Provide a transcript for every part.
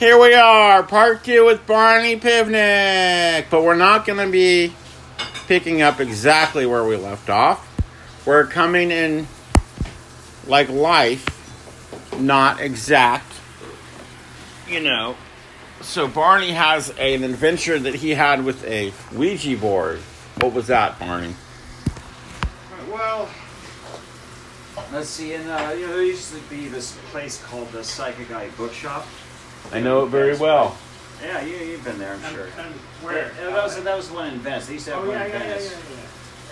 Here we are, part two with Barney Pivnik. But we're not going to be picking up exactly where we left off. We're coming in like life, not exact. You know. So Barney has an adventure that he had with a Ouija board. What was that, Barney? Well, let's see. And uh, you know, there used to be this place called the Psychic Eye Bookshop. I know it very well. Yeah, you, you've been there, I'm sure. And Yeah, that, was, that was the one in Venice. They used to have Oh, one yeah, in yeah, yeah, yeah, Venice. yeah.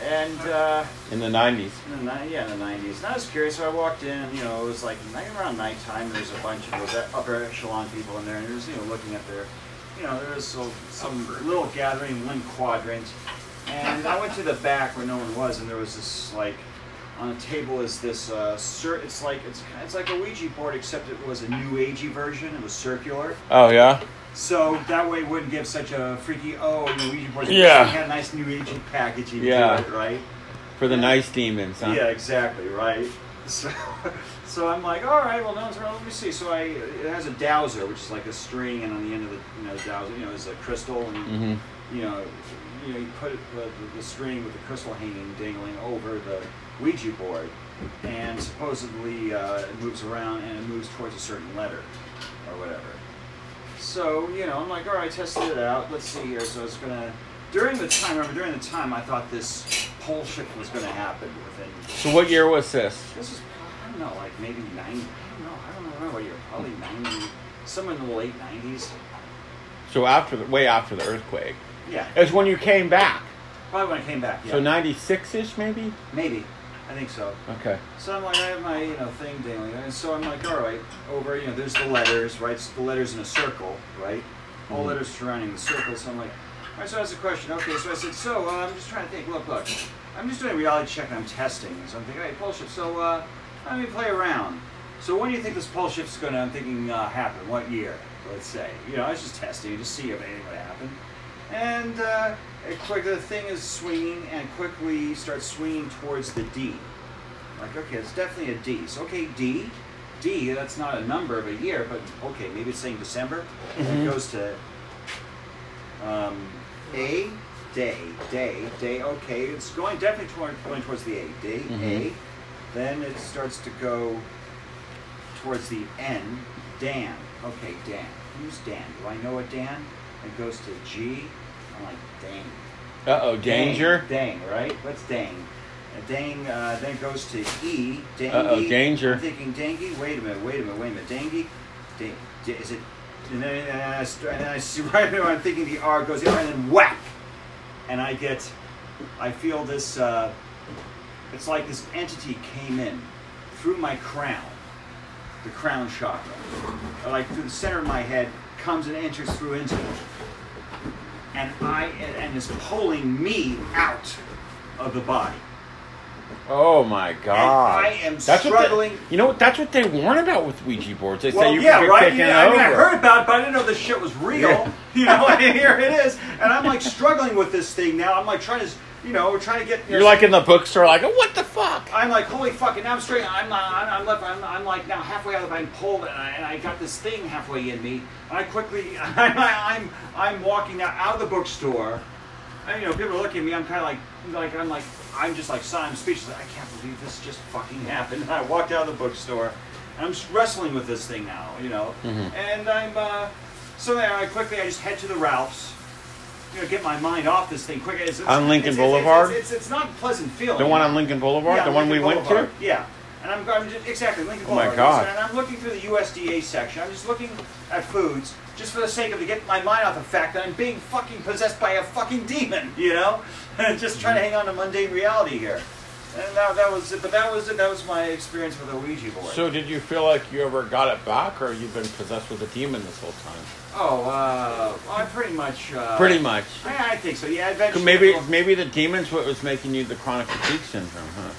And, uh, In the 90s. in the, ni- yeah, in the 90s. And I was curious, so I walked in, you know, it was like night around nighttime, and there's a bunch of those e, upper echelon people in there, and there's, you know, looking at their, you know, there was so, some little gathering in one quadrant. And I went to the back where no one was, and there was this, like, on the table is this, uh, cir- it's like, it's, it's like a Ouija board, except it was a new agey version, it was circular. Oh, yeah? So that way it wouldn't give such a freaky oh and the Ouija board. Yeah. It had a nice new age packaging Yeah. to it, right? For the nice demons, huh? Yeah, exactly, right. So, so I'm like, all right, well, no one's around. Let me see. So I, it has a dowser, which is like a string, and on the end of the, you know, dowser, you know, is a crystal, and Mm-hmm. you know, you know, you put it- the, the, the string with the crystal hanging, dangling over the Ouija board, and supposedly uh, it moves around and it moves towards a certain letter or whatever. So you know, I'm like, all right, tested it out. Let's see here. So it's gonna. During the time, remember, during the time, I thought this pole shift was gonna happen within. So what year was this? This is, I don't know, like maybe ninety. I don't know. I don't remember what year. Probably ninety, somewhere in the late nineties. So after the way after the earthquake. Yeah, It was when you came back. probably when I came back. Yeah, So ninety six ish maybe? maybe. I think so. Okay. So I'm like, I have my you know thing dangling, and so I'm like, all right, over you know, there's the letters, right? So the letters in a circle, right? All Mhm. letters surrounding the circle. So I'm like, all right. So that's the question. Okay. So I said, so uh, I'm just trying to think. Look, look, I'm just doing a reality check and I'm testing. So I'm thinking, all right, pole shift. So uh, let me play around. So when do you think this pole shift's going to? I'm thinking uh, happen. What year? Let's say. You know, I was just testing to see if anything would happen. And uh, it quick, the thing is swinging and quickly starts swinging towards the D. Like, okay, it's definitely a D. So, okay, D, D, that's not a number of a year, but okay, maybe it's saying December. And Mhm. It goes to um, A, day, day, day, okay. It's going definitely toward, going towards the A, day, Mhm. A. Then it starts to go towards the N, Dan. Okay, Dan. Who's Dan? Do I know a Dan? It goes to G. I'm like, dang. Uh oh, danger. Dang, dang, right? What's dang? Uh, Dang uh, then goes to E. Dangy. Uh-oh, danger. I'm thinking dengue. Wait a minute, wait a minute, wait a minute. Dengue? Da- da- is it? And then, and, I, st- and I see right there, I'm thinking the R goes there, and then whack! And I get, I feel this, uh, it's like this entity came in through my crown, the crown chakra, like through the center of my head, comes and enters through into it and I and is pulling me out of the body. Oh my god. I am what they- struggling- you know what that's what they warn about with Ouija boards. They say well, you yeah, can get right. taken Yeah, I, mean, I over. heard about it, but I didn't know this shit was real. Yeah. You know, and here it is, and I'm like struggling with this thing now. I'm like trying to, you know, trying to get. You're like in the bookstore like, "Oh, what the fuck? I'm like, holy fucking! I'm straight. I'm not. I'm, I'm left. I'm, I'm like now halfway out of the I'm pulled, and I, and I got this thing halfway in me. And I quickly, I'm, I'm, I'm walking now out of the bookstore. And you know, people are looking at me. I'm kind of like, like I'm like, I'm just like, I'm speechless. I can't believe this just fucking happened. And I walked out of the bookstore. And I'm just wrestling with this thing now, you know. Mm-hmm. And I'm, uh, so there. I quickly, I just head to the Ralphs. You know, get my mind off this thing quick. It's, it's, On Lincoln it's- it's- Boulevard? It's, it's, it's not a pleasant feeling. The one on Lincoln Boulevard? Yeah, the one Lincoln we Boulevard. went Yeah, and I'm, I'm just, exactly Lincoln Oh my Boulevard. God. And I'm looking through the USDA section. I'm just looking at foods just for the sake of to get my mind off the fact that I'm being fucking possessed by a fucking demon. You know, just trying to hang on to mundane reality here. And that, that was it. But that was it. That was my experience with the Ouija to? board. So did you feel like you ever got it back or you've been possessed with a demon this whole time? oh, uh, well, I pretty much. Uh, Pretty much. I, I think so. Yeah, eventually. Maybe well- maybe the demon's what was making you the chronic fatigue syndrome, huh?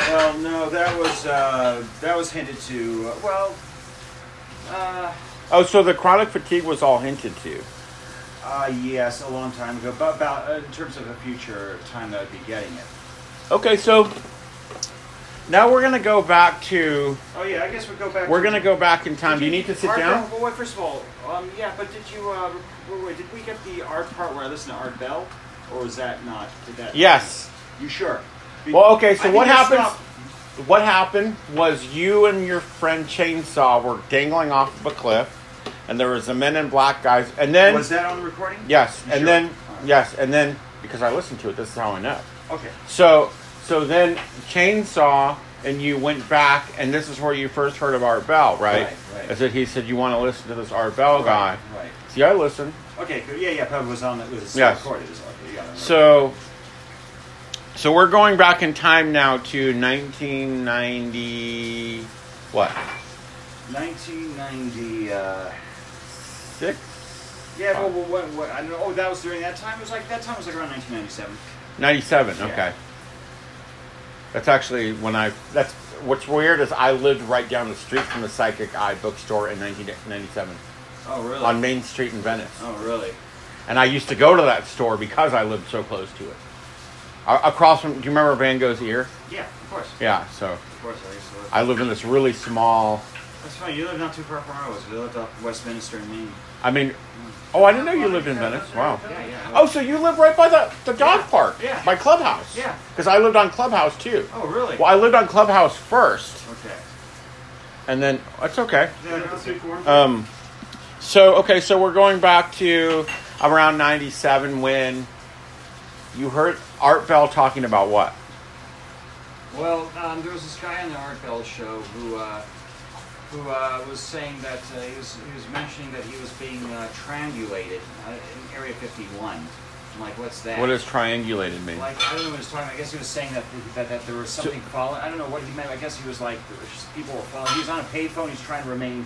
Well, no, that was uh, that was hinted to. Uh, well. Uh, Oh, so the chronic fatigue was all hinted to. Ah, Uh, yes, a long time ago, but about uh, in terms of a future time that I'd be getting it. Okay, so Now we're gonna go back to. Oh yeah, I guess we go back. We're to- gonna go back in time. Did Do you need to sit art down? Bell- Well, wait, first of all, um, yeah, but did you? Uh, wait, wait, did we get the art part where I listen to Art Bell, or is that not? Did that? Yes. You sure? Be- Well, okay. I So think what I happens? stopped- What happened was you and your friend Chainsaw were dangling off of a cliff, and there was the men in black guys, and then was that on the recording? yes, You and sure? then All right. yes, and then because I listened to it, this is how I know. Okay. So so then Chainsaw and you went back, and this is where you first heard of Art Bell, right? Right, right. I said he said you want to listen to this Art Bell guy. Right. right. See, I listened. Okay. Good. Yeah, yeah. Pub was on. That was Yes. recorded. It was okay, yeah, I remember. So, so we're going back in time now to 1990. What? 1990. Uh, Six? yeah. Well, well, what, what? I don't know. Oh, that was during that time. It was like that time was like around 1997. 97. Yeah. Okay. That's actually when I. That's what's weird is I lived right down the street from the Psychic Eye bookstore in 1997 Oh really? on Main Street in Venice, oh really? and I used to go to that store because I lived so close to it. A- Across from, do you remember Van Gogh's ear? Yeah. Of course. Yeah. So Of course. I used to live. I lived in this really small. That's fine. You live not too far from where I was. We lived up Westminster, in Maine. I mean, oh, I didn't know you lived in Venice. Wow. Yeah, yeah. Oh, so you live right by the, the dog Yeah, park? yeah. By Clubhouse? Yeah. Because I lived on Clubhouse too. Oh, really? Well, I lived on Clubhouse first, Okay. and then that's okay. Then, okay. Um, so okay, so we're going back to around '97 when you heard Art Bell talking about what? Well, um, there was this guy on the Art Bell show who uh, who uh, was saying that uh, he was he was mentioning that he was being uh, triangulated uh, in Area 51. I'm like, what's that? What does triangulated mean? Like, I don't know what he was talking about. I guess he was saying that that, that there was something following. I don't know what he meant. I guess he was like, there was just people were following. He was on a payphone. He's trying to remain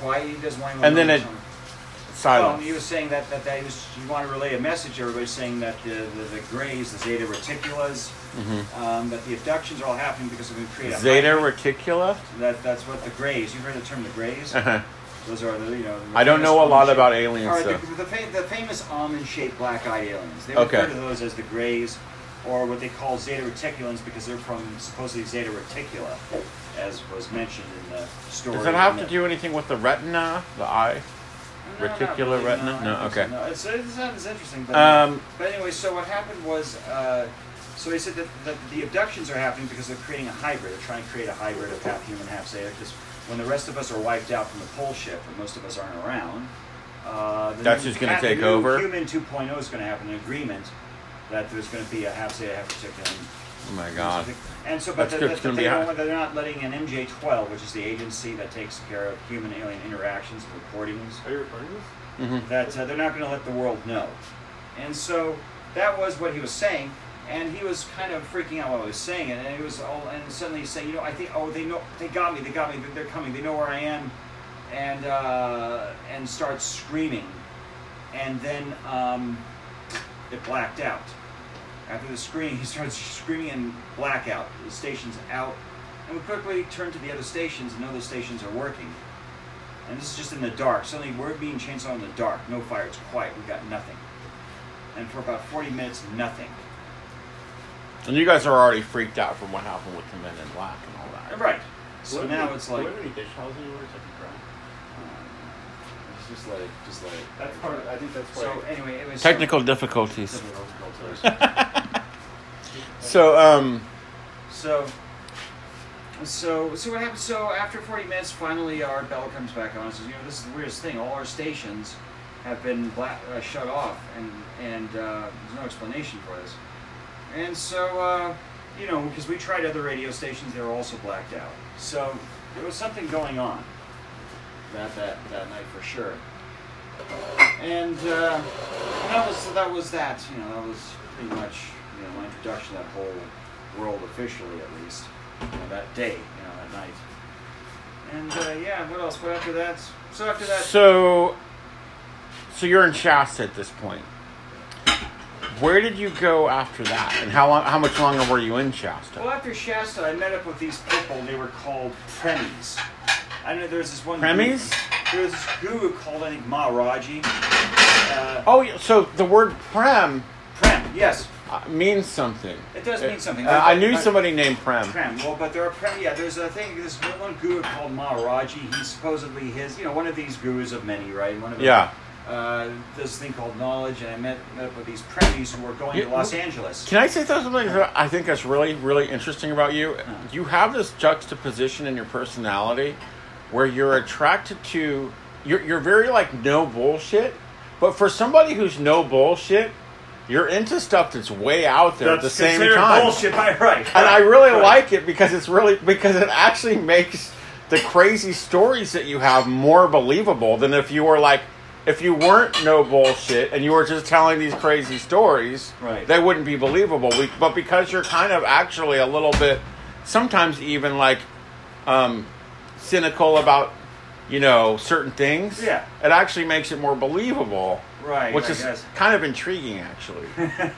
quiet. He doesn't want anyone And then knowing it- something. Well, Silence. he was saying that, that, that he was, you want to relay a message, everybody's saying that the, the, the grays, the zeta reticulas, um, that the abductions are all happening because of creative Mm-hmm. Zeta reticula. That, that's what the grays, you've heard the term the grays? Those are the, you know. the Uh-huh. I don't famous know a lot almond-shaped- about alien All right, stuff. the, the, fa- the famous almond-shaped black-eyed aliens. They refer Okay. to those as the grays, or what they call zeta reticulans because they're from supposedly zeta reticula, as was mentioned in the story. Does it have in to the- do anything with the retina, the eye? no, not Reticular really, retina? I No, don't think okay. so, No, it's, it sounds interesting, but, Um, but anyway, so what happened was, uh, so he said that, that the abductions are happening because they're creating a hybrid. They're trying to create a hybrid of half human, half Zeta, because when the rest of us are wiped out from the pole shift, and most of us aren't around, uh, the That's new- who's gonna half- the take new over? Human 2.0 is going to happen, an agreement that there's going to be a half Zeta, half Reticulan Oh my God. and so, but That's the, good. the- It's gonna they be don't, hot. they're not letting an MJ12, which is the agency that takes care of human alien interactions and recordings. Are you recording this? That uh, they're not going to let the world know. And so that was what he was saying. And he was kind of freaking out while he was saying it. And he was all, and suddenly he's saying, you know, I think, oh, they know, they got me, they got me, they're- they're coming, they know where I am, and uh, and starts screaming. And then um, it blacked out. After the scream, he starts screaming in blackout. The station's out. And we quickly turn to the other stations, and other stations are working. And this is just in the dark. Suddenly, we're being chainsawed in the dark. No fire. It's quiet. We got nothing. And for about 40 minutes, nothing. And you guys are already freaked out from what happened with the men in black and all that. And Right. So now it's like, Were there any dish towels anywhere so I could dry? just let it, just let it. That's part of, I think that's why. So anyway, it was Technical difficulties. So, So, um, so, so, so what happens? So after 40 minutes, finally our bell comes back on and says, you know, this is the weirdest thing. All our stations have been black, uh, shut off, and and uh, there's no explanation for this. And so, uh, you know, because we tried other radio stations, they were also blacked out. So there was something going on that that, that night for sure. And uh, that was that was that. You know, that was pretty much you know my introduction to that whole world officially, at least you know, that day, you know, that night. And uh, yeah, what else? What after that? So after that, so, so you're in Shasta at this point. Where did you go after that, and how long? How much longer were you in Well, Shasta? after Shasta, I met up with these people. They were called Premies. I know there's this one. Premies? Guru, there was this guru called I think Maharaji. Uh, Oh, yeah, so the word prem. Prem, yes. uh, means something. It does mean something. Uh, I knew Like- somebody named Prem. Prem. Well, but there are Prem. Yeah, there's a thing. This one guru called Maharaji. He's supposedly his. You know, one of these gurus of many, right? One of the- Yeah. Uh, this thing called knowledge, and I met, met up with these Premies who were going You- to Los Angeles. Can I say something that I think that's really, really interesting about you? You have this juxtaposition in your personality where you're attracted to, you're, you're very like no bullshit, but for somebody who's no bullshit, you're into stuff that's way out there at the same considered time. bullshit by right. And I really Right. like it because it's really, because it actually makes the crazy stories that you have more believable than if you were like, if you weren't no bullshit and you were just telling these crazy stories Right. they wouldn't be believable. We, but because you're kind of actually a little bit, sometimes even like um, cynical about, you know, certain things. Yeah. it actually makes it more believable. Right, which I is guess. kind of intriguing, actually.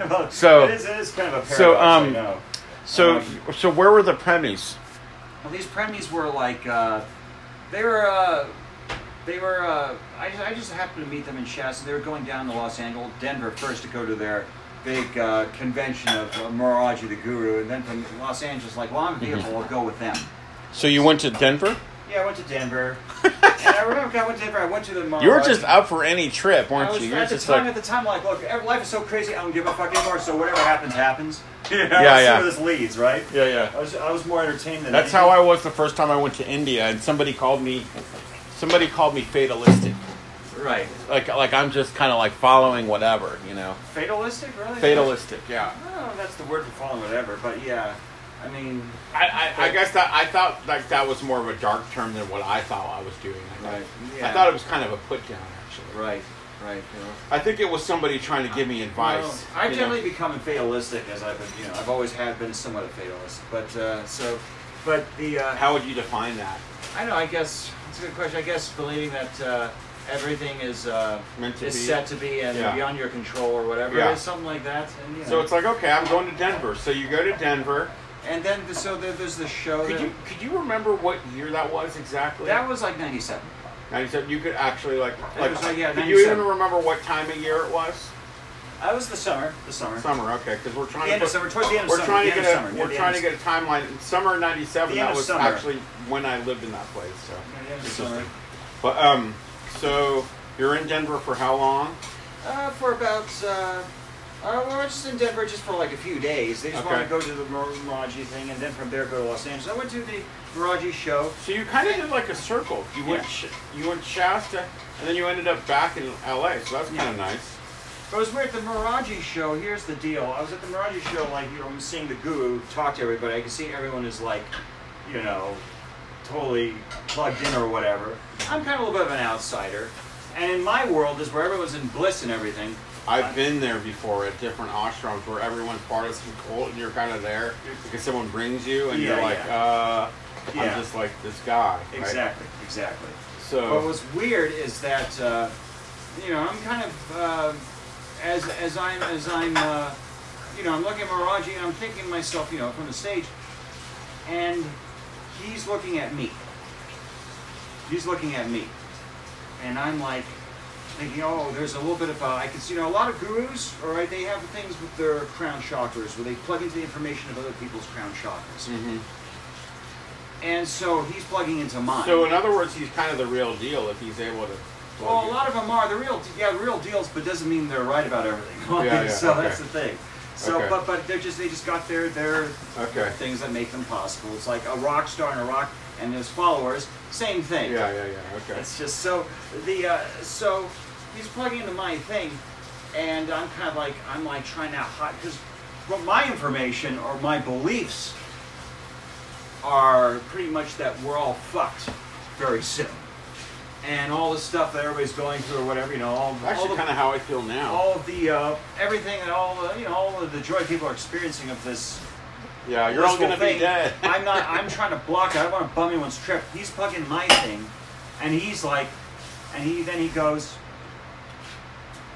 Well, So- it is, it is kind of a paradox. so, I um, know. so, Um, so where were the premise? Well, these premies were like, uh, they were, uh, they were. Uh, I, just, I just happened to meet them in Shasta. They were going down to Los Angeles, Denver first to go to their big uh, convention of uh, Maharaji the Guru, and then from Los Angeles, like, well, I'm a vehicle, we'll go with them. So you went to Denver. Yeah, I went to Denver. and I remember I went to Denver. Oh, I went to the Maharaji. You were just up for any trip, weren't I was, you? You're at the just time, like, at the time, like, look, ev- life is so crazy, I don't give a fuck anymore. So whatever happens, happens. You know, Yeah, see yeah. where this leads, right? yeah, yeah. I was, I was more entertained than That's how I was the first time I went to India, and somebody called me, somebody called me fatalistic. I right like like I'm just kind of like following whatever, you know. fatalistic, really Fatalistic, yeah. I don't know if Oh, that's the word for following whatever, but yeah, I mean, I, I, I guess that I thought like that was more of a dark term than what I thought I was doing. I thought, Right, I yeah. thought it was kind of a put down actually. right, right. You know. I think it was somebody trying to give me advice. Well, I've you know. generally become fatalistic as I've been, you know, I've always have been somewhat a fatalist, but uh, so, but the uh, How would you define that? I don't know. I guess it's a good question. I guess believing that uh, everything is uh, Meant to is be. set to be and Yeah. beyond your control or whatever Yeah. it is, something like that. And, you So know. it's like okay, I'm going to Denver. So you go to Denver. and then the, so there, there's the show Could that, you could you remember what year that was exactly? that was like '97. Ninety-seven. You could actually like It like. was like, yeah, could you even 97. remember what time of year it was? That was the summer. The summer. Summer. Okay, because we're trying The end to put, of summer. Towards the end of We're summer. trying the to end get of a summer. yeah, we're the trying end to of get a timeline. In Summer '97. The end That of was summer. actually when I lived in that place. So, Yeah, the end of summer. but um, so you're in Denver for how long? Uh, for about, uh, uh, we were just in Denver just for like a few days. They just Okay. want to go to the Mir- Miraji thing and then from there go to Los Angeles. I went to the Miraji show. So you kind of did like a circle. You went Yeah. Sh- you went Shasta, and then you ended up back in LA. So that's kind Yeah. of nice. But it was weird. The Miraji show. Here's the deal. I was at the Miraji show. Like you know, I'm seeing the guru talk to everybody. I can see everyone is like, you know, totally plugged in or whatever. I'm kind of a little bit of an outsider, and in my world is where everyone's in bliss and everything. I've been there before at different ashrams where everyone's part of some cult, and you're kind of there because someone brings you, and Yeah, you're like, yeah. uh, Yeah. I'm just like this guy. right? Exactly. Exactly. So What was weird is that uh, you know I'm kind of uh, as as I'm as I'm uh, you know I'm looking at Miraji and I'm thinking to myself you know from the stage, and he's looking at me. He's looking at me, and I'm like thinking, oh, there's a little bit of uh, I can see you know a lot of gurus, all right, they have things with their crown chakras where they plug into the information of other people's crown chakras, Mhm. and so he's plugging into mine. So in other words, he's kind of the real deal if he's able to. Well, a lot of them are the real, yeah, the real deals, but doesn't mean they're right about everything. Yeah, yeah, so okay. that's the thing. So, Okay. but but they're just they just got their their Okay. things that make them possible. It's like a rock star and a rock and his followers, same thing. Yeah, yeah, yeah. Okay. It's just so the uh, so he's plugging into my thing, and I'm kind of like I'm like trying to hide because my information or my beliefs are pretty much that we're all fucked very soon, and all the stuff that everybody's going through or whatever you know all, all Actually, the kind of how I feel now. all the uh, everything that all the you know all of the joy people are experiencing of this yeah, you're all this whole gonna thing. be dead. I'm not. I'm trying to block it. I don't want to bum anyone's trip. He's plugging my thing, and he's like, and he then he goes.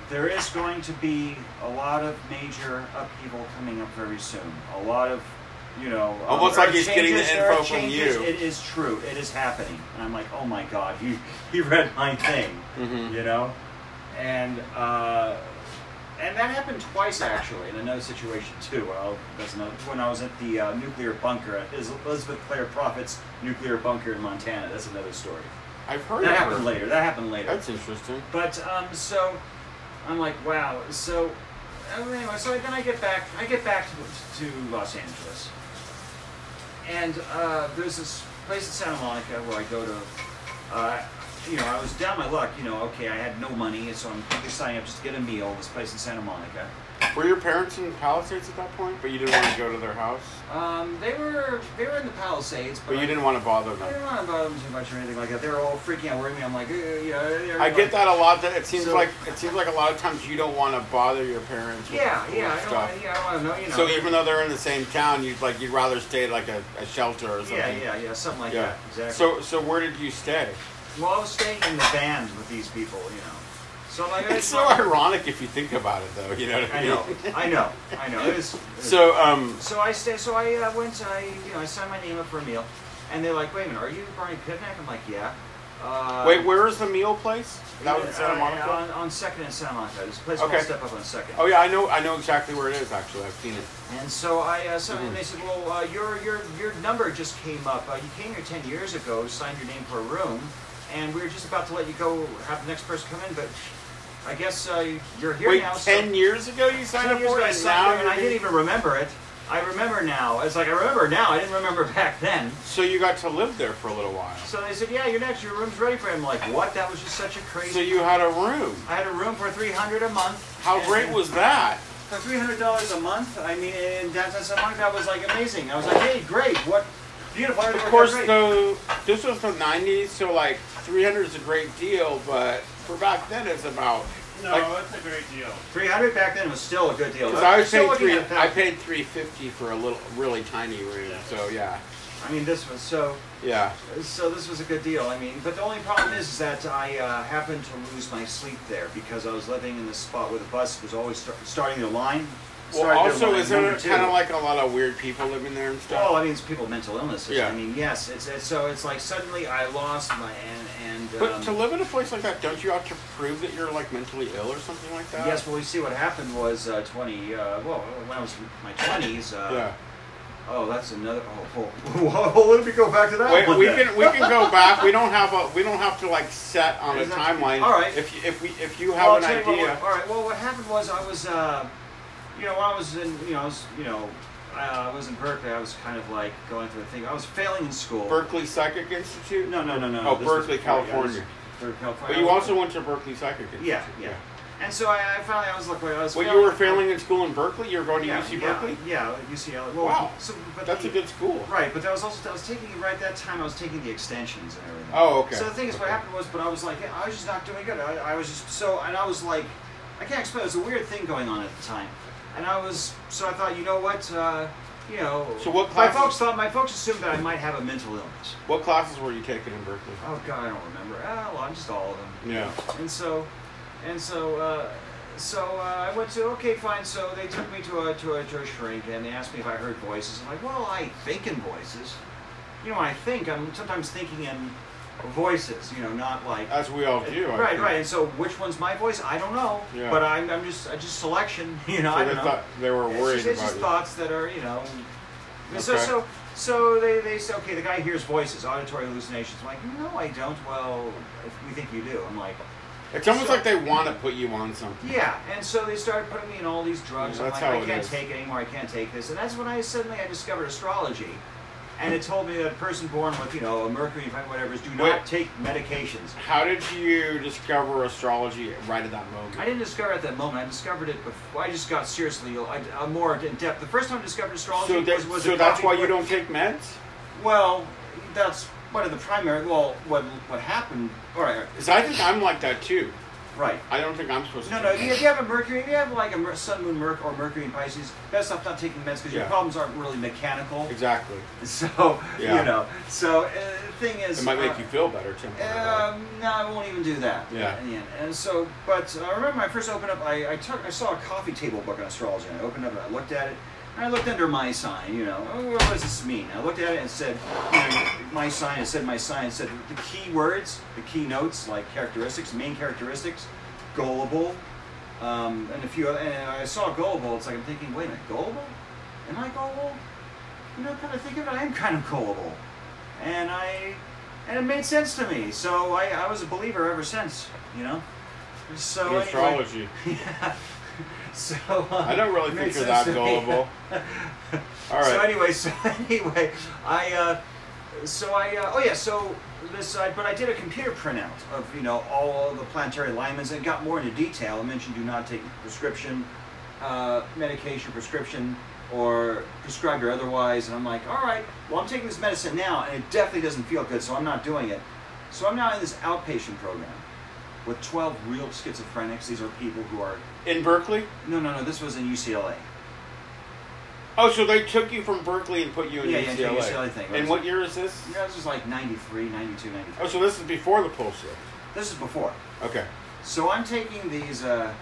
There is going to be a lot of major upheaval coming up very soon. A lot of, you know, uh, Almost like earth he's getting the changes, earth info from changes. you. It is true. It is happening. And I'm like, oh my god, he he read my thing, Mhm. you know, and uh, and that happened twice actually in another situation too. Well, that's another, when I was at the uh, nuclear bunker, at Is- Elizabeth Clare Prophet's nuclear bunker in Montana. That's another story. I've heard That of happened her. later. That happened later. That's interesting. But um, so I'm like, wow. So uh, anyway, so then I get back. I get back to, to Los Angeles, and uh, there's this place in Santa Monica where I go to. Uh, you know, I was down my luck. You know, okay, I had no money, so I'm quickly signing up just to get a meal. This place in Santa Monica. Were your parents in Palisades at that point? But you didn't want to go to their house? Um, they were they were in the Palisades, but But I- you didn't want to bother I them. didn't want to bother them too much or anything like that. They were all freaking out, worrying me. I'm like, uh, you know, they're I like- get that a lot. That it seems So- like it seems like a lot of times you don't want to bother your parents. With Yeah, with yeah, I don't, Stuff. wanna- yeah, I want to know. You know. So even though they're in the same town, you'd like you'd rather stay at like a, a shelter or something. Yeah, yeah, yeah, something like that. Exactly. So so where did you stay? well, I was staying in the van with these people, you know. So I'm like, It's so ironic if you think about it, though. You know what I I mean? know, I know, I know. It was, So um, so I stay. So I uh, went. I you know I signed my name up for a meal, and they're like, wait a minute, are you Barney Pivnak? I'm like, yeah. Uh, wait, where is the meal place? That was in uh, Santa Monica. on, on Second and Santa Monica. There's a place Okay. called Step Up on Second. Oh yeah, I know. I know exactly where it is. Actually, I've seen it. And so I, uh, so Mhm. they said, well, uh, your your your number just came up. Uh, you came here ten years ago, signed your name for a room, and we were just about to let you go, have the next person come in, but I guess uh, you're here Wait, now. ten so, years ago you signed 10 up years for ago, it, I and signed now there, and you're I didn't getting- even remember it. I remember now. It's like I remember now. I didn't remember back then. So you got to live there for a little while. So they said, yeah, you're next. Your room's ready for him. Like what? That was just such a crazy. So you had a room. I had a room for three hundred a month. How and- great was that? For three hundred dollars a month, I mean, in downtown Santa Monica, that was like amazing. I was like, hey, great, what beautiful. Of course, though, this was the '90s, so like 300 is a great deal, but for back then it's about. No, Like- that's a great deal. three hundred back then was still a good deal. Because I You're was still paying looking three, at that. I paid 350 for a little, really tiny room. Yeah. So yeah, I mean, this was so yeah. so. This was a good deal. I mean, but the only problem is, is that I uh, happened to lose my sleep there because I was living in this spot where the bus was always start, starting their line. Well, started their also, line isn't number it two. kind of like a lot of weird people living there and stuff? Well, I mean, it's people with mental illnesses. Yeah. I mean, yes, it's, it's so it's like suddenly I lost my and and. but um, to live in a place like that, don't you have to prove that you're like mentally ill or something like that? Yes, well, we see what happened was uh, 20, uh, well, when I was in my 20s. Uh, Yeah. Oh, that's another. Oh, whoa, whoa, whoa, let me go back to that Wait, one. we then. can we can go back. We don't have a we don't have to like set on a Doesn't have to be- timeline. all right. If you, if we if you Well, have I'll an tell you what, idea, what- all right, well, what happened was I was, uh, you know, when I was in, you know, I was, you know, I, I was in Berkeley, I was kind of like going through a thing. I was failing in school. Berkeley Psychic Institute. no, no, no, no. Oh, this was Berkeley, before, yeah, this California. was Berkeley, California. But you also went to Berkeley Psychic Institute. Yeah, yeah. And so I, I finally, I was like, well, I was Well, you failing- were failing in school in Berkeley. You were going to yeah, UC yeah, Berkeley. Yeah, UCLA. Well, Wow. So, but That's the- a good school. Right, but I was also I was taking right that time. I was taking the extensions and everything. Oh, okay. So the thing is, what Okay. happened was, but I was like, I was just not doing good. I, I was just so, and I was like, I can't explain. It was a weird thing going on at the time, and I was so I thought, you know what, uh, you know. So what My classes- folks thought. My folks assumed that I might have a mental illness. What classes were you taking in Berkeley? Oh God, I don't remember. Ah, well, I'm just all of them. Yeah. And so, and so, uh, so uh, I went to okay, fine. So they took me to a to a, to a shrink, and they asked me if I heard voices. I'm like, well, I think in voices. You know, I think I'm sometimes thinking in voices. You know, not like As we all do. I right, think. right. And so, which one's my voice? I don't know. Yeah. But I'm, I'm just I just selection. You know, So I they don't know. thought they were It's worried just, it's about just you. thoughts that are, you know. So, Okay. so, so they, they say, okay, the guy hears voices, auditory hallucinations. I'm like, no, I don't. Well, we think you do. I'm like, It's almost So- like they want to put you on something. yeah. And so they started putting me in all these drugs. Yeah, I'm that's like, how I it can't is. take it anymore. I can't take this. And that's when I suddenly I discovered astrology. And it told me that a person born with, you know, a mercury, whatever, is do not Wait. take medications. How did you discover astrology right at that moment? I didn't discover it at that moment. I discovered it before. I just got seriously ill. I, am more in depth. The first time I discovered astrology so that- was, was a so that's coffee why you book- don't take meds. Well, that's one of the primary. Well, what what happened? All right, all right, Because I think I'm like that too. right. I don't think I'm supposed No, to. no. take If you if you have a Mercury, if you have like a Mer- Sun, Moon, Merc, or Mercury in Pisces, best off not taking meds because your Yeah. problems aren't really mechanical. meds. Exactly. So Yeah. you know. So uh, the thing is, It might uh, make you feel better, Tim. Um, no, I won't even do that. Yeah. In the end. And so, but I remember my first open up, I, I took, I saw a coffee table book on astrology, and I opened up and I looked at it, and I looked under my sign, you know, oh, what does this mean? I looked at it and said, you know, my sign, it said my sign, it said the key words, the key notes, like characteristics, main characteristics, gullible, um, and a few. other- And I saw gullible. It's like I'm thinking, wait a minute, gullible? Am I gullible? You know, kind of think of it, I am kind of gullible, and I, and it made sense to me. So I, I was a believer ever since. You know. So In anyway- astrology. yeah. So uh, I don't really it think makes you're sense that to me. gullible. All So right. anyway, so anyway, I uh, so I uh, oh yeah, so this I, but I did a computer printout of you know all of the planetary alignments and got more into detail. I mentioned do not take prescription uh, medication, prescription or prescribed or otherwise, and I'm like, all right, well I'm taking this medicine now, and it definitely doesn't feel good, so I'm not doing it. So I'm now in this outpatient program with 12 real schizophrenics. These are people who are In Berkeley? no, no, no. This was in UCLA. Oh, so they took you from Berkeley and put you in Yeah, yeah, UCLA. the UCLA thing. And what year is this? You know, this was like 93, 92, 93. Oh, so this is before the pole shift. This is before. Okay. So I'm taking these, uh,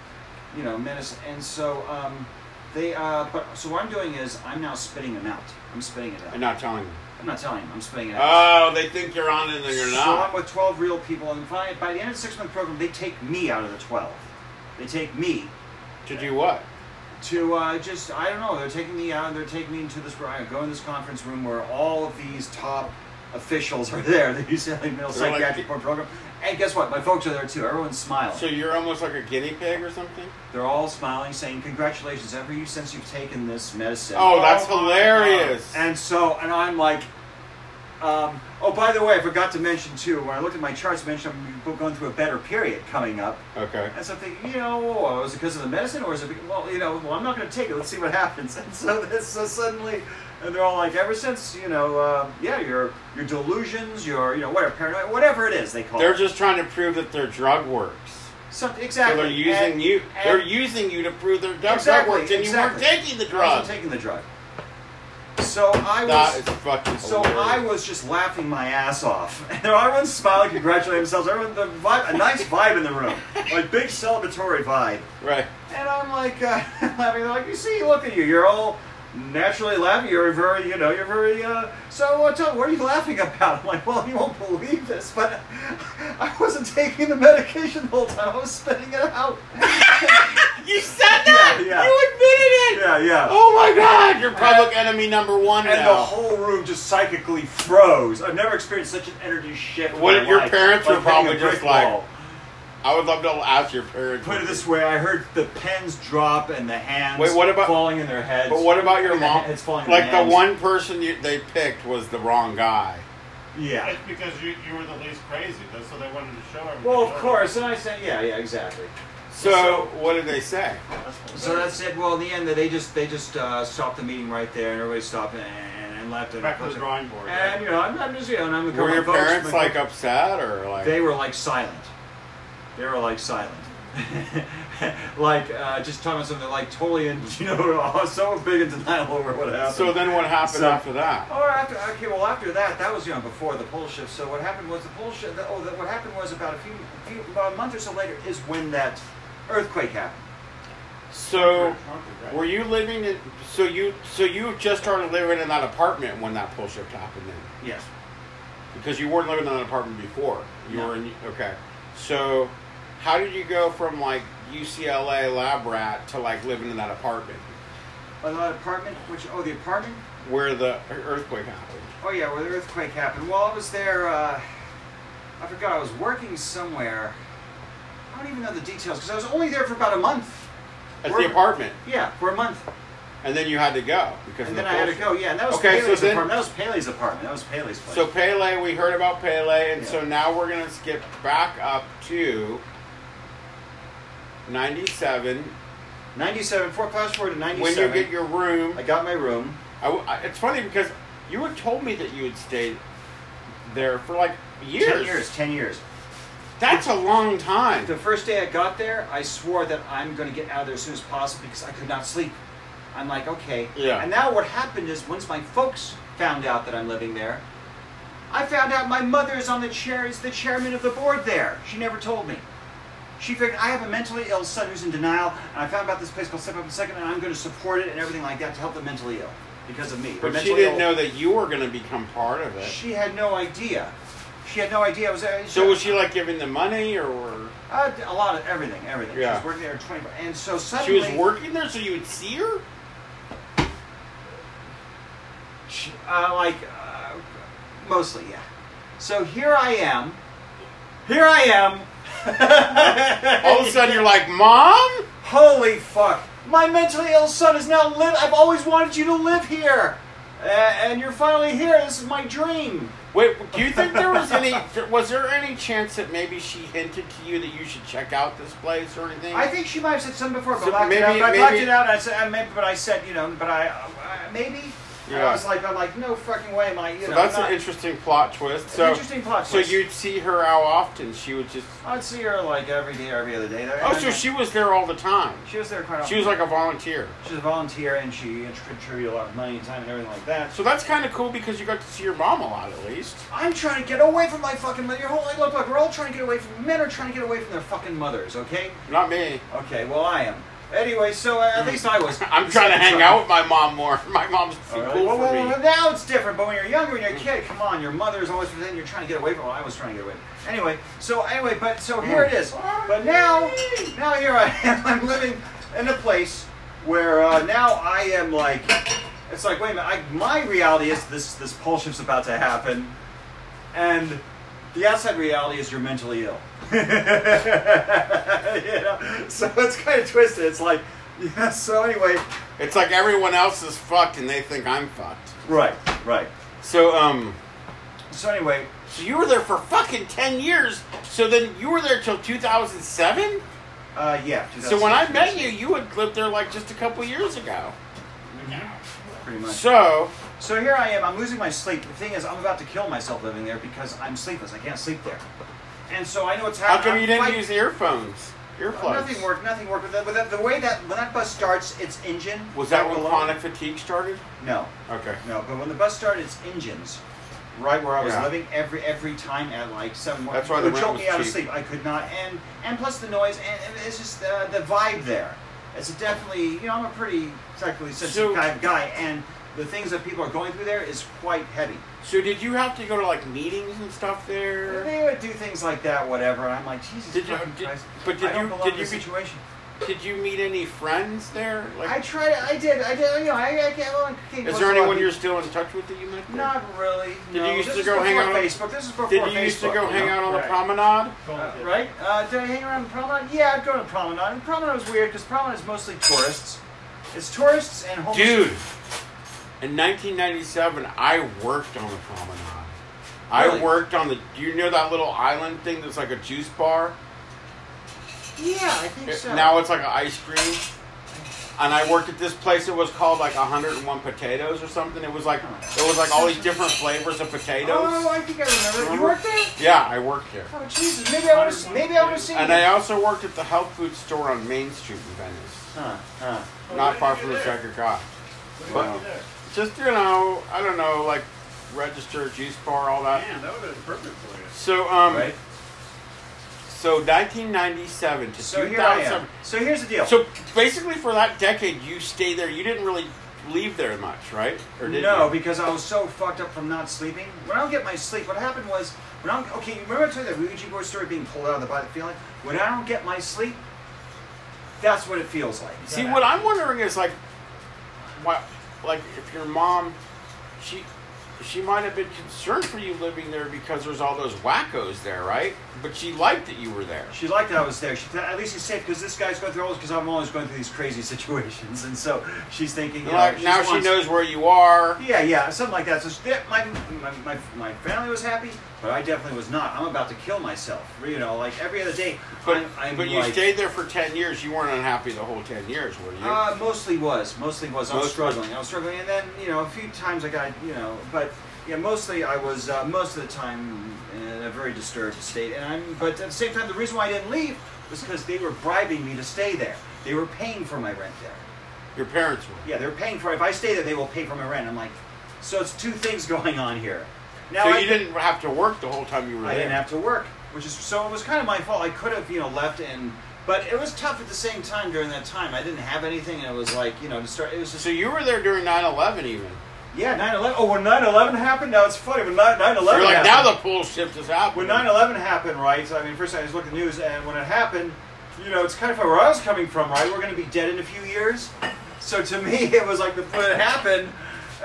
you know, medicine, and so um, they. Uh, but so what I'm doing is I'm now spitting them out. I'm spitting it out. And not telling you. I'm not telling you. I'm spitting it out. Oh, they think you're on and then you're So I'm not. with 12 real people, and finally, by the end of the six month program, they take me out of the 12. They take me To do what? to uh, just I don't know. They're taking me out. They're taking me into this. I go in this conference room where all of these top officials are there. The UCLA Mental They're like- Psychiatric Board program. And guess what? My folks are there too. Everyone's smiling. So you're almost like a guinea pig or something? they're all smiling, saying congratulations. Ever you since you've taken this medicine. Um, Oh, that's my hilarious. And so, and I'm like, um, oh, by the way, I forgot to mention too. When I looked at my charts, I mentioned I'm going through a better period coming up. Okay. And so I'm thinking, you know, oh, is it because of the medicine, or is it? Because, well, you know, well, I'm not going to take it. Let's see what happens. And so, this, so suddenly, and they're all like, ever since, you know, uh, yeah, your your delusions, your you know, whatever paranoia, whatever it is, they call They're it. just trying to prove that their drug works. something So exactly. they're using And- you. and- They're using you to prove their drug Exactly, works, and exactly. you weren't taking the I drug. wasn't taking the drug. So I that was. is fucking So hilarious. I was just laughing my ass off, and everyone's smiling, congratulating themselves. Everyone, the vibe, a nice vibe in the room, like big celebratory vibe. right. And I'm like uh, laughing. They're like, you see, look at you. You're all naturally laughing. You're very, you know, you're very. Uh, so uh, tell, what are you laughing about? I'm like, well, you won't believe this, but I wasn't taking the medication the whole time. I was spitting it out. You said that! yeah. You admitted yeah, yeah. Oh my god! You're public enemy number one And now. the whole room just psychically froze. I've never experienced such an energy shift. in What my if your life, parents like were probably hitting a just brick like- wall. I would love to ask your parents. Put it this way: I heard the pens drop and the hands Wait, what about- falling in their heads. But what about your And the mom? heads falling in like their the hands. one person you, they picked was the wrong guy. Yeah. It's because you, you were the least crazy, though, so they wanted to show everyone. Well, of course, and I said, yeah, yeah, exactly. So, what did they say? So that's it. Well, in the end, they just they just uh, stopped the meeting right there, and everybody stopped and, and left. And, Back to the drawing board. and you know, I'm, I'm just you know, and I'm the Were your folks, parents but like upset or like? They were like silent. They were like silent. like uh, just talking about something like totally, in, you know, so big in denial over what happened. so then what happened So- after that? Or after, okay, well, after that, that was you know before the pole shift. So what happened was the pole shift. The, oh, the, what happened was about a few, few about a month or so later is when that earthquake happened. So Right. were you living in? So you so you just started living in that apartment when that pull shift happened then? Yes. Because you weren't living in an apartment before. You No. were in okay. So how did you go from like UCLA lab rat to like living in that apartment Well, that apartment, which oh, the apartment. where the earthquake happened? Oh yeah, where the earthquake happened. Well, I was there. Uh, I forgot I was working somewhere. I don't even know the details because I was only there for about a month. At Where- the apartment, Yeah, for a month, and then you had to go because of and the then I had to bullshit. go. Yeah, and that was Okay, so Pele's then- apartment. That was Pele's apartment. That was Pele's place. So Pele, we heard about Pele, and Yeah. so now we're gonna skip back up to ninety-seven. ninety-seven. Four fast forward to When you ninety-seven. get your room, I got my room. I w I it's funny because you had told me that you had stayed there for like Ten years. Ten years. That's a long time. The first day I got there, I swore that I'm going to get out of there as soon as possible because I could not sleep. I'm like, okay. Yeah. And now what happened is once my folks found out that I'm living there, I found out my mother is on the chair is the chairman of the board there. She never told me. She figured I have a mentally ill son who's in denial, and I found about this place called Step Up in Second, and I'm going to support it and everything like that to help the mentally ill because of me. But Her she mentally didn't ill- know that you were going to become part of it. She had no idea. She had no idea. I was. So was she like giving the money or? Uh, d- a lot of everything, everything. She Yeah. was working there 20, and so She suddenly was working there, so you would see her. Sh- uh, like uh, mostly yeah so here i am here i am All of a sudden, you're like, "Mom, holy fuck my mentally ill son is now live i've always wanted you to live here uh, and you're finally here this is my dream wait. Do you think there was any? Was there any chance that maybe she hinted to you that you should check out this place or anything? i think she might have said something before but So blocked it maybe- out but i blocked maybe- it out and i said uh, maybe but i said you know but i uh, maybe And Yeah. i was like i'm like no fucking way am i you so. know That's I'm an not- interesting plot twist. an So, interesting plot so twist. you'd see her how often? She would just. i'd see her like every day or every other day Oh, so she was there all the time. she was there quite often She was like a volunteer. She's a volunteer and she int- contributed a lot of money and time and everything like that. So that's kind of cool because you got to see your mom a lot, at least. I'm trying to get away from my fucking mother. Your whole like, look, look, we're all trying to get away from men are trying to get away from their fucking mothers, okay? Not me. Okay, well I am. Anyway, so uh, at least I was. I'm trying to hang out with my mom more. My mom's too All right. cool Well, well, for me. well, now it's different, but when you're younger, when you're a kid, come on, your mother's always then you're trying to get away from. Well, I was trying to get away. From. Anyway, so anyway, but so here it is. But now, now here I am. I'm living in a place where uh, now I am like, it's like wait a minute. I, my reality is this this pole shift's about to happen, and the outside reality is you're mentally ill. you know? So it's kind of twisted. It's like, yeah. So anyway, It's like everyone else is fucked and they think I'm fucked. right, right. So um, So anyway, so you were there for fucking ten years. So then you were there till 2007. Uh, yeah. 2006, So when I met you, you had lived there like just a couple years ago. pretty much. So, So here I am. I'm losing my sleep. The thing is, I'm about to kill myself living there because I'm sleepless. I can't sleep there. And so I know it's how happening. come you didn't fighting- use earphones? Earplugs. Nothing worked. Nothing worked. With that, with that, the way that when that bus starts its engine. Was that when alone- chronic fatigue started? No, Okay. no. But when the bus started its engines, right where I was Yeah. living, every every time at like seven. morning, That's why it the would rent choke was me out of cheap. sleep. I could not. And and plus the noise and, and it's just uh, the vibe there. It's definitely you know I'm a pretty sexually sensitive So- kind of guy and. The things that people are going through there is quite heavy. So did you have to go to like meetings and stuff there? They would do things like that, whatever. And I'm like, Jesus Did you- fucking did- Christ. but did I don't you- belong did in you this be- situation? Did you meet any friends there? Mm-hmm. I Like, tried. to- I did. I did. You know, I, I, can't- well, I came is close there to a lot of anyone people. you're still in touch with that you met there? Not really. Did no. you used This to is go hang before out on- Facebook. This is before Did you Facebook, used to go you hang know? out on the Right. promenade? Uh, right? Uh, did I hang around the promenade? Yeah, I'd go to the promenade. And promenade was weird because promenade is mostly tourists. It's tourists and homeless. Dude, in 1997, I worked on the promenade. I Really? worked on the. Do you know that little island thing that's like a juice bar? Yeah, I think It- so. Now it's like an ice cream. And I worked at this place. It was called like 101 Potatoes or something. It was like it was like all these different flavors of oh, potatoes. I think I remember. You Remember? worked there? Yeah, I worked there. Oh Jesus! Maybe I would have. Maybe I would have seen And you. I also worked at the health food store on Main Street in Venice, Huh, huh. not far from the Checker Cot. Wow. Wow. Just you know, I don't know, like register juice bar, all that. Man, that would have been perfect for you. So um, Right. so 1997 to So here I 2007. am. So here's the deal. So basically, for that decade, you stay there. You didn't really leave there much, right? Or did no, you? because I was so fucked up from not sleeping. When I don't get my sleep, what happened was when I'm okay. You remember I told you that Ouija board story being pulled out of the body feeling? When I don't get my sleep, that's what it feels like. See, what I'm wondering is like, what, like if your mom, she, she might have been concerned for you living there because there's all those wackos there, right? But she liked that you were there. She liked that I was there. She thought, at least he's safe because this guy's going through all this because I'm always going through these crazy situations, and so she's thinking. You know, like she now just she wants- knows where you are. Yeah, yeah, something like that. So she- yeah, my, my, my, my family was happy, but I definitely was not. I'm about to kill myself. You know, like every other day. But, I'm, I'm but you like, stayed there for ten years. You weren't unhappy the whole ten years, were you? Uh, mostly was, mostly was. I was Mostly. struggling. I was struggling, and then you know a few times I got you know, but yeah, mostly I was uh, most of the time in a very disturbed state. And I'm, but at the same time, the reason why I didn't leave was because they were bribing me to stay there. They were paying for my rent there. your parents were. Yeah, they're paying for. If I stay there, they will pay for my rent. I'm like, so it's two things going on here. Now so I, you didn't have to work the whole time you were I there. didn't have to work, which is so it was kind of my fault. I could have you know left and. But it was tough at the same time during that time. I didn't have anything, and it was like, you know, to start. It was just so you were there during 9-11 even. Yeah, 9 11. Oh, when 9 11 happened? Now it's funny. When 9 11 You're like, happened. now the pool shift is out. when 9-11 happened right i mean first i just looked at the news and when it happened you know it's kind of where i was coming from right we're going to be dead in a few years so to me it was like the when it happened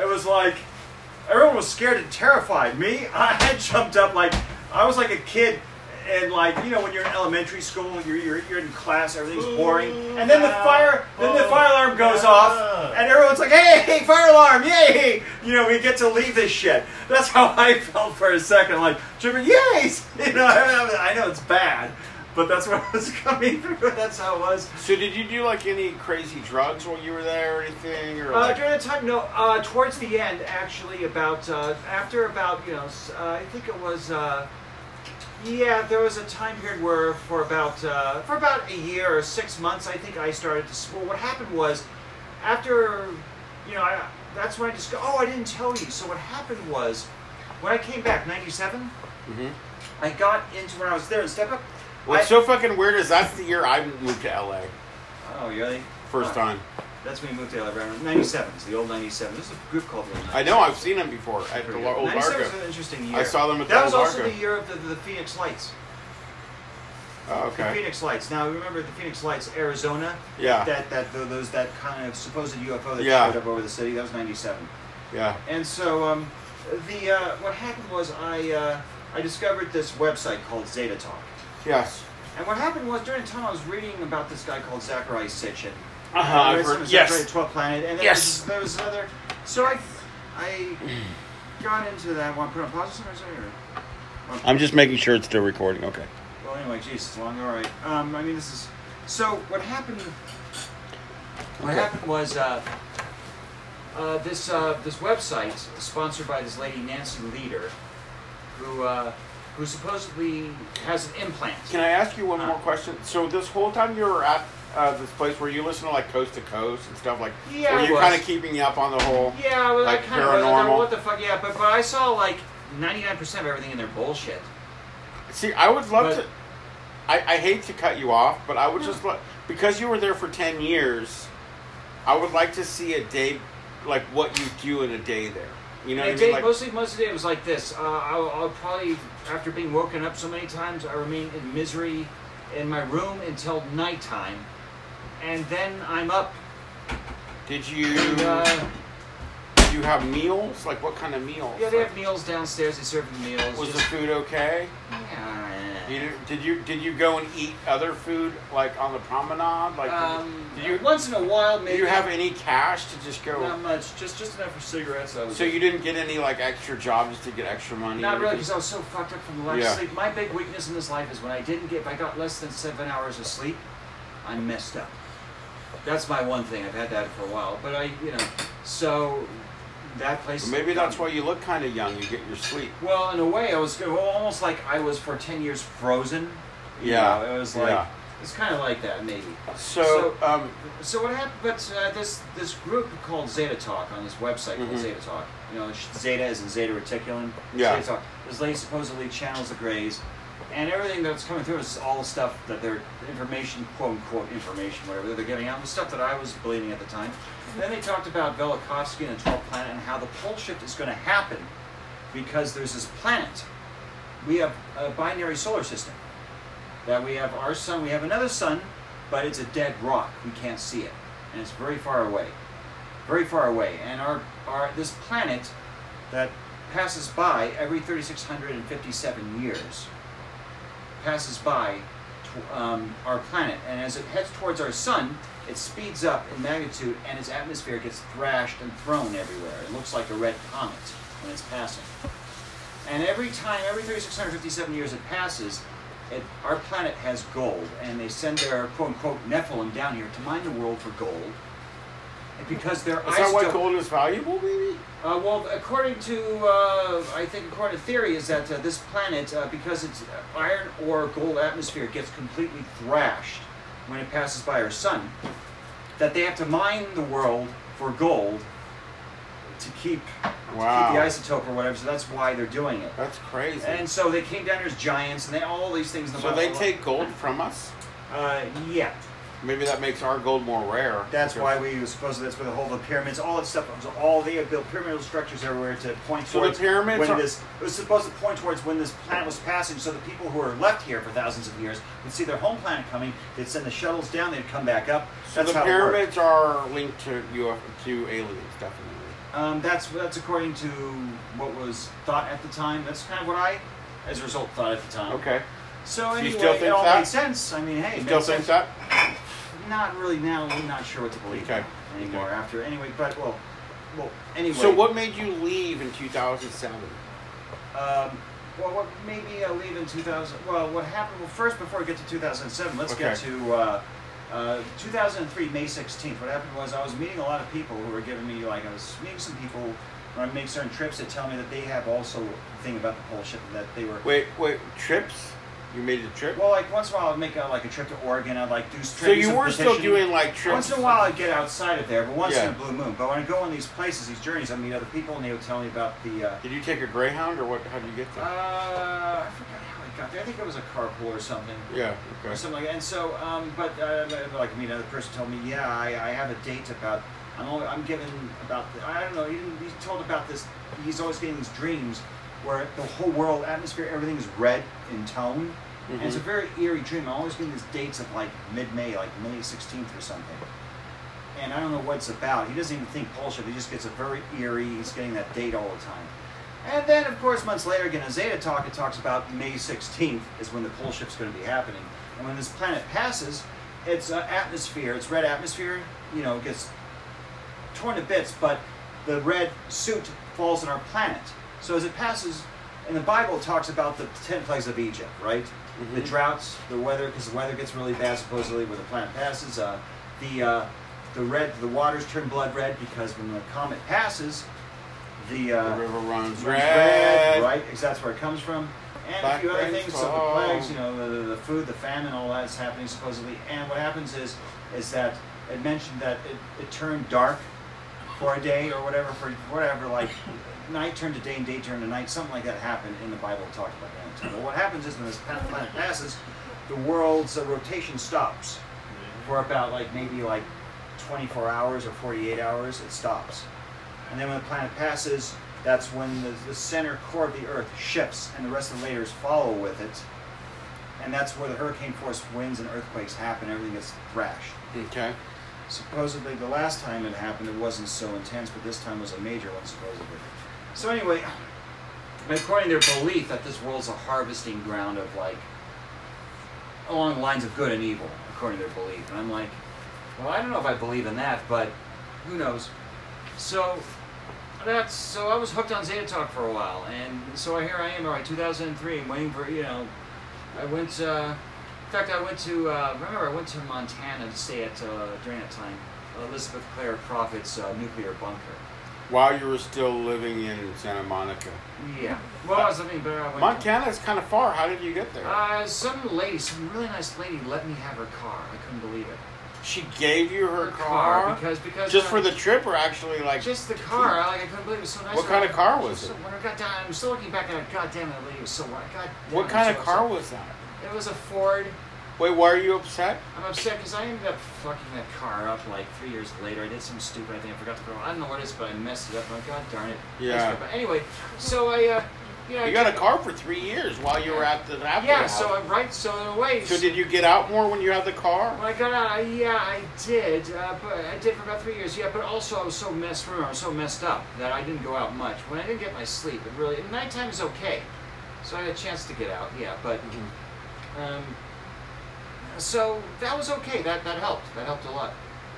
it was like everyone was scared and terrified me i had jumped up like i was like a kid and like you know when you're in elementary school you're, you're, you're in class everything's boring and then the fire then the fire alarm goes off and everyone's like hey, hey fire alarm yay you know we get to leave this shit that's how i felt for a second like Jimmy, yay you know i I know it's bad but that's what I was coming through that's how it was So did you do like any crazy drugs while you were there or anything? Or Uh, like, during the time, no. Uh, towards the end, actually, about uh, after about you know, s- uh, I think it was. Uh, yeah, there was a time period where for about uh, for about a year or six months, I think I started to. s- Well, what happened was, after, you know, I, that's when I just go. Oh, I didn't tell you. So what happened was, when I came back '97, Mhm. I got into when I was there in Step Up. What's I- so fucking weird is that's the year I moved to LA oh, really? first Huh. time. That's when you moved to Alabama. '97 is the old '97. There's a group called the old I know I've seen them before at the Lar- old 97 Largo. was an interesting year. I saw them at the That was old also Largo. the year of the, the Phoenix Lights. Oh, The okay. Phoenix Lights. Now remember the Phoenix Lights, Arizona. Yeah. That that tho- those that kind of supposed UFO that Yeah. showed up over the city. That was '97. Yeah. And so um, the uh, what happened was I uh, I discovered this website called Zeta Talk. Yes. And what happened was during the time I was reading about this guy called Zachary Sitchin. Uh-huh, I've Raised heard- from yes. Zachary Twelfth Planet. And there Yes. Was, there was another. So I, I got into that. Want to put on pause or something? Or? I'm just making sure it's still recording. Okay. Well, anyway, jeez, it's long. All right. Um, I mean, this is. So what happened? What Okay. happened was uh, uh, this uh, this website sponsored by this lady Nancy Leader, who uh, who supposedly has an implant. Can I ask you one Huh. more question? So this whole time you were at uh, this place, were you listening to like Coast to Coast and stuff like? Yeah, Were I you was. kind of keeping up on the whole? yeah, well, like I kind of wasn't paranormal? there. What the fuck? Yeah, but but I saw like ninety nine percent of everything in their bullshit. See, I would love But- to. I, I hate to cut you off, but I would just like because you were there for ten years. I would like to see a day, like what you do in a day there. You know Yeah, what I day- mean? Like, mostly, most of the day it was like this. Uh, I'll, I'll probably, after being woken up so many times, I remain in misery in my room until nighttime, and then I'm up. did you Uh, did you have meals? Like what kind of meals? yeah, they Like, have meals downstairs. They serve you meals. was the Just- food okay? Yeah. You did, did you did you go and eat other food like on the promenade? Like um, did you once in a while, did maybe. you have any cash to just go? Not much. Just just enough for cigarettes. I was So you didn't get any like extra job just to get extra money? Not or really, did- because I was so fucked up from the lack Yeah. of sleep. My big weakness in this life is when I didn't get, if I got less than seven hours of sleep, I'm messed up. That's my one thing. I've had that for a while, but I, you know, so that place. Well, maybe that's why you look kind of young. You get your sleep. Well, in a way, I was well, almost like I was for ten years frozen. you Yeah, know, it was like yeah. it's kind of like that, maybe. So, So- um, So what happened? But uh, this this group called Zeta Talk on this website called Mhm. Zeta Talk. You know, sh- Zeta is in Zeta Reticulum. Yeah. Zeta Talk. This lady supposedly channels the Greys, and everything that's coming through is all the stuff that their information, quote unquote information, whatever that they're giving out, the stuff that I was believing at the time. And then they talked about Velikovsky and the 12th planet and how the pole shift is going to happen because there's this planet. We have a binary solar system that we have our sun, we have another sun, but it's a dead rock. We can't see it, and it's very far away, very far away. And our, our this planet that passes by every 3,657 years passes by tw- um, our planet, and as it heads towards our sun, it speeds up in magnitude, and its atmosphere gets thrashed and thrown everywhere. It looks like a red comet when it's passing. And every time, every 3,657 years it passes, it, our planet has gold, and they send their quote unquote Nephilim down here to mine the world for gold. And because their is eyes that why don't- gold is valuable? Maybe. uh, well, according to uh, I think according to theory is that uh, this planet, uh, because its iron or gold atmosphere gets completely thrashed when it passes by our sun, that they have to mine the world for gold to keep, Wow. to keep the isotope or whatever. So that's why they're doing it. That's crazy. And so they came down here as giants, and they all these things. In the so Bible- they take gold from us. Uh, yeah. Maybe that makes our gold more rare. That's Because- why we supposedly that's where the whole the pyramids, all that stuff, so all the built pyramidal structures everywhere to point So the towards pyramids when are- this it was supposed to point towards when this planet was passing, so the people who were left here for thousands of years would see their home planet coming. They'd send the shuttles down, they'd come back up. So That's the how it worked. pyramids are linked to UF to aliens, definitely. Um, that's that's according to what was thought at the time. That's kind of what I, as a result, thought at the time. Okay. So So you anyway, still think it all that? made sense. I mean, hey, You it still made think sense. that? Not really now. We're not sure what to believe Okay. anymore Okay. after. Anyway, but well, well. Anyway. So what made you leave in 2007? Um, well, what maybe I'll leave in 2000. Well, what happened? Well, first, before we get to 2007, let's get Okay. to uh, uh, 2003, May 16th. What happened was I was meeting a lot of people who were giving me like I was meeting some people when I make certain trips that tell me that they have also a thing about the pole ship that they were. Wait, wait, trips? You made a trip? Well, like once in a while, I'd make a, like a trip to Oregon. I'd like do. so training you some were still petition. doing like trips? Once in a while, I get outside of there, but once Yeah. in a blue moon. But when I go on these places, these journeys, I meet other people, and they'll tell me about the. Uh, Did you take a Greyhound or what? How did you get there? Uh, I forgot how I got there. I think it was a carpool or something. yeah. Or Okay. something like that. And so, um, but uh, like, I mean, another person told me, yeah, I, I have a date about, I'm only, I'm given about, the, I don't know, he, didn't, he told about this, he's always getting these dreams where the whole world, atmosphere, everything is red in tone. And it's a Mhm. very eerie dream. I'm always getting these dates of like mid-May, like May 16th or something. And I don't know what it's about. He doesn't even think Paul should. He just gets a very eerie, he's getting that date all the time. And then, of course, months later, again, in Zeta Talk, it talks about May 16th is when the pole shift's going to be happening. And when this planet passes, its uh, atmosphere, its red atmosphere, you know, gets torn to bits, but the red suit falls on our planet. So as it passes, and the Bible talks about the ten plagues of Egypt, right? The Mhm. droughts, the weather, because the weather gets really bad supposedly when the planet passes. Uh, the uh, the red, the waters turn blood red because when the comet passes, the, uh, the river runs runs red. right? Because that's where it comes from. And a Black few other rains things, so fall. the plagues, you know, the, the- the food, the famine, all that is happening supposedly. And what happens is, is that it mentioned that it, it turned dark for a day or whatever, for whatever, like night turned to day and day turned to night, something like that happened in the Bible it talked about that. But what happens is when this pa- planet passes, the world's uh, rotation stops for about like maybe like 24 hours or 48 hours, it stops. And then when the planet passes, that's when the, the center core of the Earth shifts and the rest of the layers follow with it. And that's where the hurricane force winds and earthquakes happen, everything gets thrashed. Okay. Supposedly, the last time it happened, it wasn't so intense, but this time was a major one, supposedly. So, anyway, according to their belief that this world's a harvesting ground of like, along the lines of good and evil, according to their belief. And I'm like, well, I don't know if I believe in that, but who knows? So, that's so I was hooked on Zeta Talk for a while, and so here I am, all right, 2003, I'm waiting for you know, I went. Uh, in fact, I went to uh, remember I went to Montana to stay at uh, during that time Elizabeth Clare Prophet's uh, nuclear bunker. While you were still living in Santa Monica, Yeah. Well, I was living better. I went Montana is kind of far. How did you get there? Uh, some lady, some really nice lady, let me have her car. I couldn't believe it. she gave you her, car, because because just uh, for the trip, or actually like Just the car, I, like I couldn't believe it was so nice. What kind of car was So- it? When I got down, I'm still looking back at it. God damn, that lady was so white. God. damn, what I'm kind so of car upset. was that? It was a Ford. Wait, why are you upset? I'm upset because I ended up fucking that car up like three years later. I did some stupid. I think I forgot to go. I don't know what it is, but I messed it up. I'm like, God darn it. Yeah. But anyway, so I, uh, you know, I You got a car for three years while you were at the after yeah. hours. So I right. So in a way, So did you get out more when you had the car? When I got out, I, yeah, I did, uh, but I did for about three years. Yeah, but also I was so messed. Remember, I was so messed up that I didn't go out much. When I didn't get my sleep, it really. And nighttime is okay, so I had a chance to get out. Yeah, but Mm-hmm. um, so that was okay. That that helped. That helped a lot.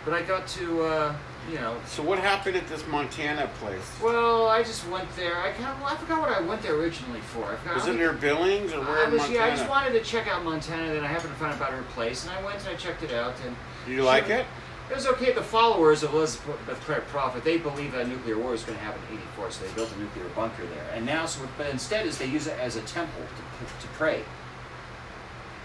But I got to uh, you know. So what happened at this Montana place? Well, I just went there. I kind of well, I forgot what I went there originally for. I forgot. Was I it think- near Billings or where I in was, Montana? yeah, I just wanted to check out Montana. Then I happened to find out about her place, and I went and I checked it out. And Did you like it? It was okay. The followers of Elizabeth Clare Prophet, they believe that nuclear war is going to happen in 84, so they built a nuclear bunker there. And now, so, but instead is they use it as a temple to, to pray.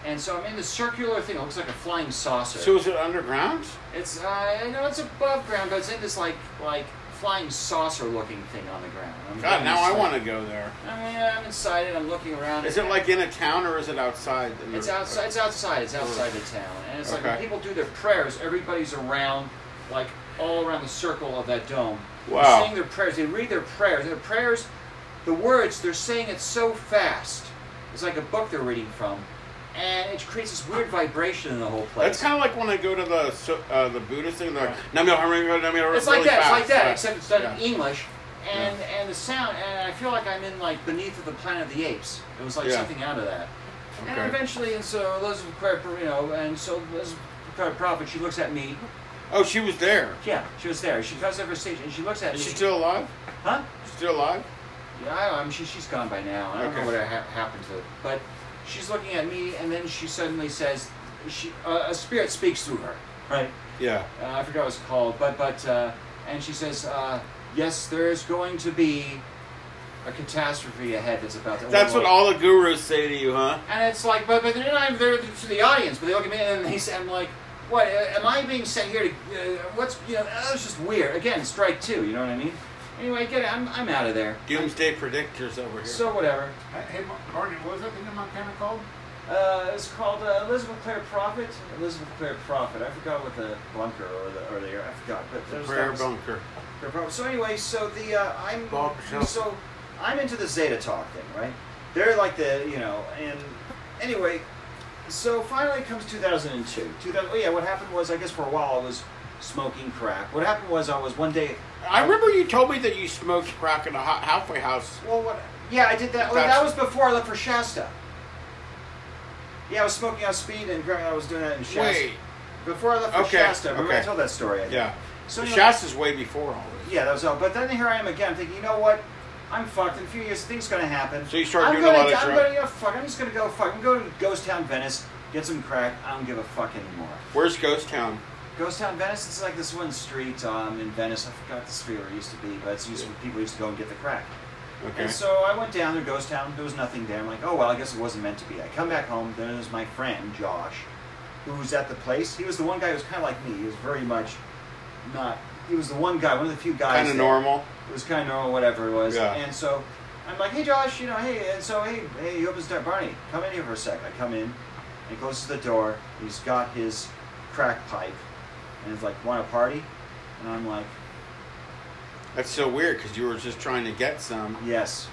And so I'm in this circular thing. It looks like a flying saucer. So was it underground? it's uh, I know it's above ground, but it's in this like like flying saucer looking thing on the ground. I'm God, getting now I inside. want to go there. I mean, I'm inside it. I'm looking around. Is it like in a town or is it outside? in the- It's outside. It's outside. It's outside the town, and it's like when Okay. people do their prayers. Everybody's around, like all around the circle of that dome. They're Wow. Saying their prayers. They read their prayers. Their prayers, the words they're saying it so fast. It's like a book they're reading from, and it creates this weird vibration in the whole place. That's kind of like when I go to the so- uh, the Buddhist thing. They're like, "Namyo Horengyo, Namyo Horengyo," it's like really that. fast. It's like that, Yeah. except it's done Yeah. in English, and and the sound. And I feel like I'm in like beneath of the Planet of the Apes. It was like Yeah. something out of that. And Okay. eventually, and so Elizabeth, Cra- you know, and so Elizabeth Cra- Prophet, she looks at me. Oh, she was there. Yeah, she was there. She comes over stage and she looks at me. Is she still alive? huh? Still alive? Yeah, I, I'm. She, she's gone by now. I don't know Okay. what ha- happened to. it. But she's looking at me, and then she suddenly says, "She uh, a spirit speaks through her." Right. Yeah. Uh, I forgot what it's called, but but uh, and she says, uh, "Yes, there is going to be a catastrophe ahead that's about to." That's what overload." all the gurus say to you, huh? And it's like, but, but they're not even there to the audience. But they look at me and they say, I'm like, what? uh, Am I being sent here to? Uh, what's you know? That was just weird. Again, strike two. You know what I mean? Anyway, get it. I'm I'm out of there. Doomsday predictors over here. So whatever. Hey, Ma- Barney, what was that thing in Montana called? Uh, it's called uh, Elizabeth Clare Prophet. Elizabeth Clare Prophet. I forgot what the bunker or the or the I forgot. But the there's prayer that- bunker. Prayer Prophet. So anyway, so the uh, I'm Bob Shelton. so I'm into the Zeta Talk thing, right? They're like the you know, and anyway, so finally comes 2002. 2000. Oh yeah, what happened was I guess for a while I was smoking crack. What happened was I was one day. I remember you told me that you smoked crack in a hot halfway house. Well, what? Yeah, I did that. Well, that was That's- before I left for Shasta. Yeah, I was smoking on speed and I was doing that in Shasta. Wait. Before I left for Okay, Shasta, remember I okay. told that story. I think. Yeah. So So anyway- Shasta's way before all this. Yeah, that was all. But then here I am again, thinking, you know what? I'm fucked. In a few years, things gonna happen. So you start I'm doing a gonna, lot of I'm drugs. gonna, you know, fuck. I'm just gonna go fuck. I'm going to Ghost Town, Venice, get some crack. I don't give a fuck anymore. Where's Ghost Town? Ghost Town, Venice. It's like this one street um, in Venice. I forgot the street where it used to be, but it's used where people used to go and get the crack. Okay. And so I went down to Ghost Town. There was nothing there. I'm like, oh well, I guess it wasn't meant to be. I come back home. There's my friend Josh, who was at the place. He was the one guy who was kind of like me. He was very much not. He was the one guy, one of the few guys. kind of that- normal. it was kind of normal, whatever it was. Yeah. And so I'm like, hey, Josh, you know, hey, and so, hey, hey, he opens the door, Barney, come in here for a sec. I come in, and he closes the door. He's got his crack pipe, and he's like, want a party? And I'm like, That's so weird because you were just trying to get some. Um, yes.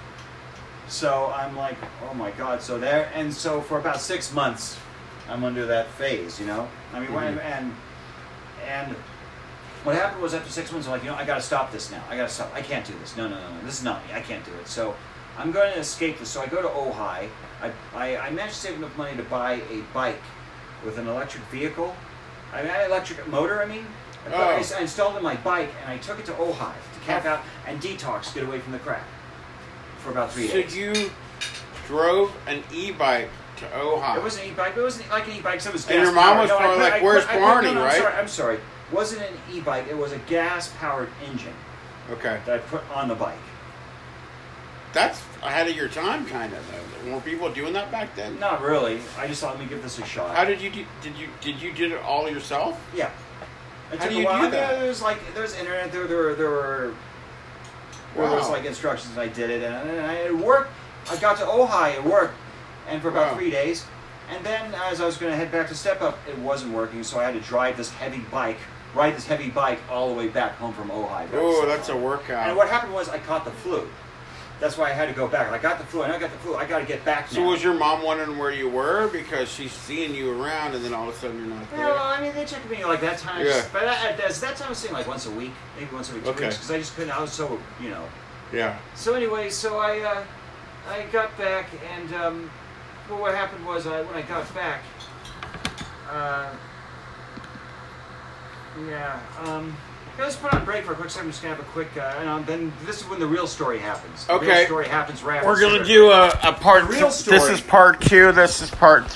So I'm like, oh my God. So there, and so for about six months, I'm under that phase, you know? I mean, when, Mhm. and, and, what happened was after six months, I'm like, you know, I gotta stop this now. I gotta stop. I can't do this. No, no, no, no. This is not me. I can't do it. So I'm going to escape this. So I go to Ojai. I, I, I managed to save enough money to buy a bike with an electric vehicle. I mean, an electric motor, I mean. I, put- I s- I installed it in my bike and I took it to Ojai to camp out and detox, get away from the crack for about three So days. you drove an e-bike to Ohio. It wasn't an e-bike. It wasn't like an e-bike. So it was And your gas-powered. mom was No, I probably put- like, I put- "Where's I put- Barney," no, no, right? I'm sorry. I'm sorry. Wasn't an e-bike. It was a gas-powered engine okay. that I put on the bike. That's ahead of your time, kind of. Though. Were people doing that back then? Not really. I just thought, let me give this a shot. How did you do, did you did you did it all yourself? yeah. It How took do a you do while. I mean, that? There was like there was internet. There there there were there was Wow. like instructions. And I did it, and, and I, it worked. I got to Ojai. It worked, and for about Wow. three days. And then as I was going to head back to Step Up, it wasn't working, so I had to drive this heavy bike, ride this heavy bike all the way back home from Ojai. back to Oh, Step that's a Up. workout. And what happened was I caught the flu. That's why I had to go back. I got the flu, and I got the flu. I got to get back. so now. was your mom wondering where you were because she's seeing you around, and then all of a sudden you're not Yeah, well, there? I mean, they checked me like that time. Yeah. But I, I, that's- that time I was seeing like once a week, maybe once every two Okay. weeks, because I just couldn't. I was so, you know. Yeah. So anyway, so I, uh, I got back, and um, well, what happened was I when I got back, uh, yeah. Um, yeah, let's put on break for a quick second. I'm just gonna have a quick, uh, and um, then this is when the real story happens. The real Okay. story happens right. after We're gonna Super. do a, a part. Real This story. is part two. This is part three.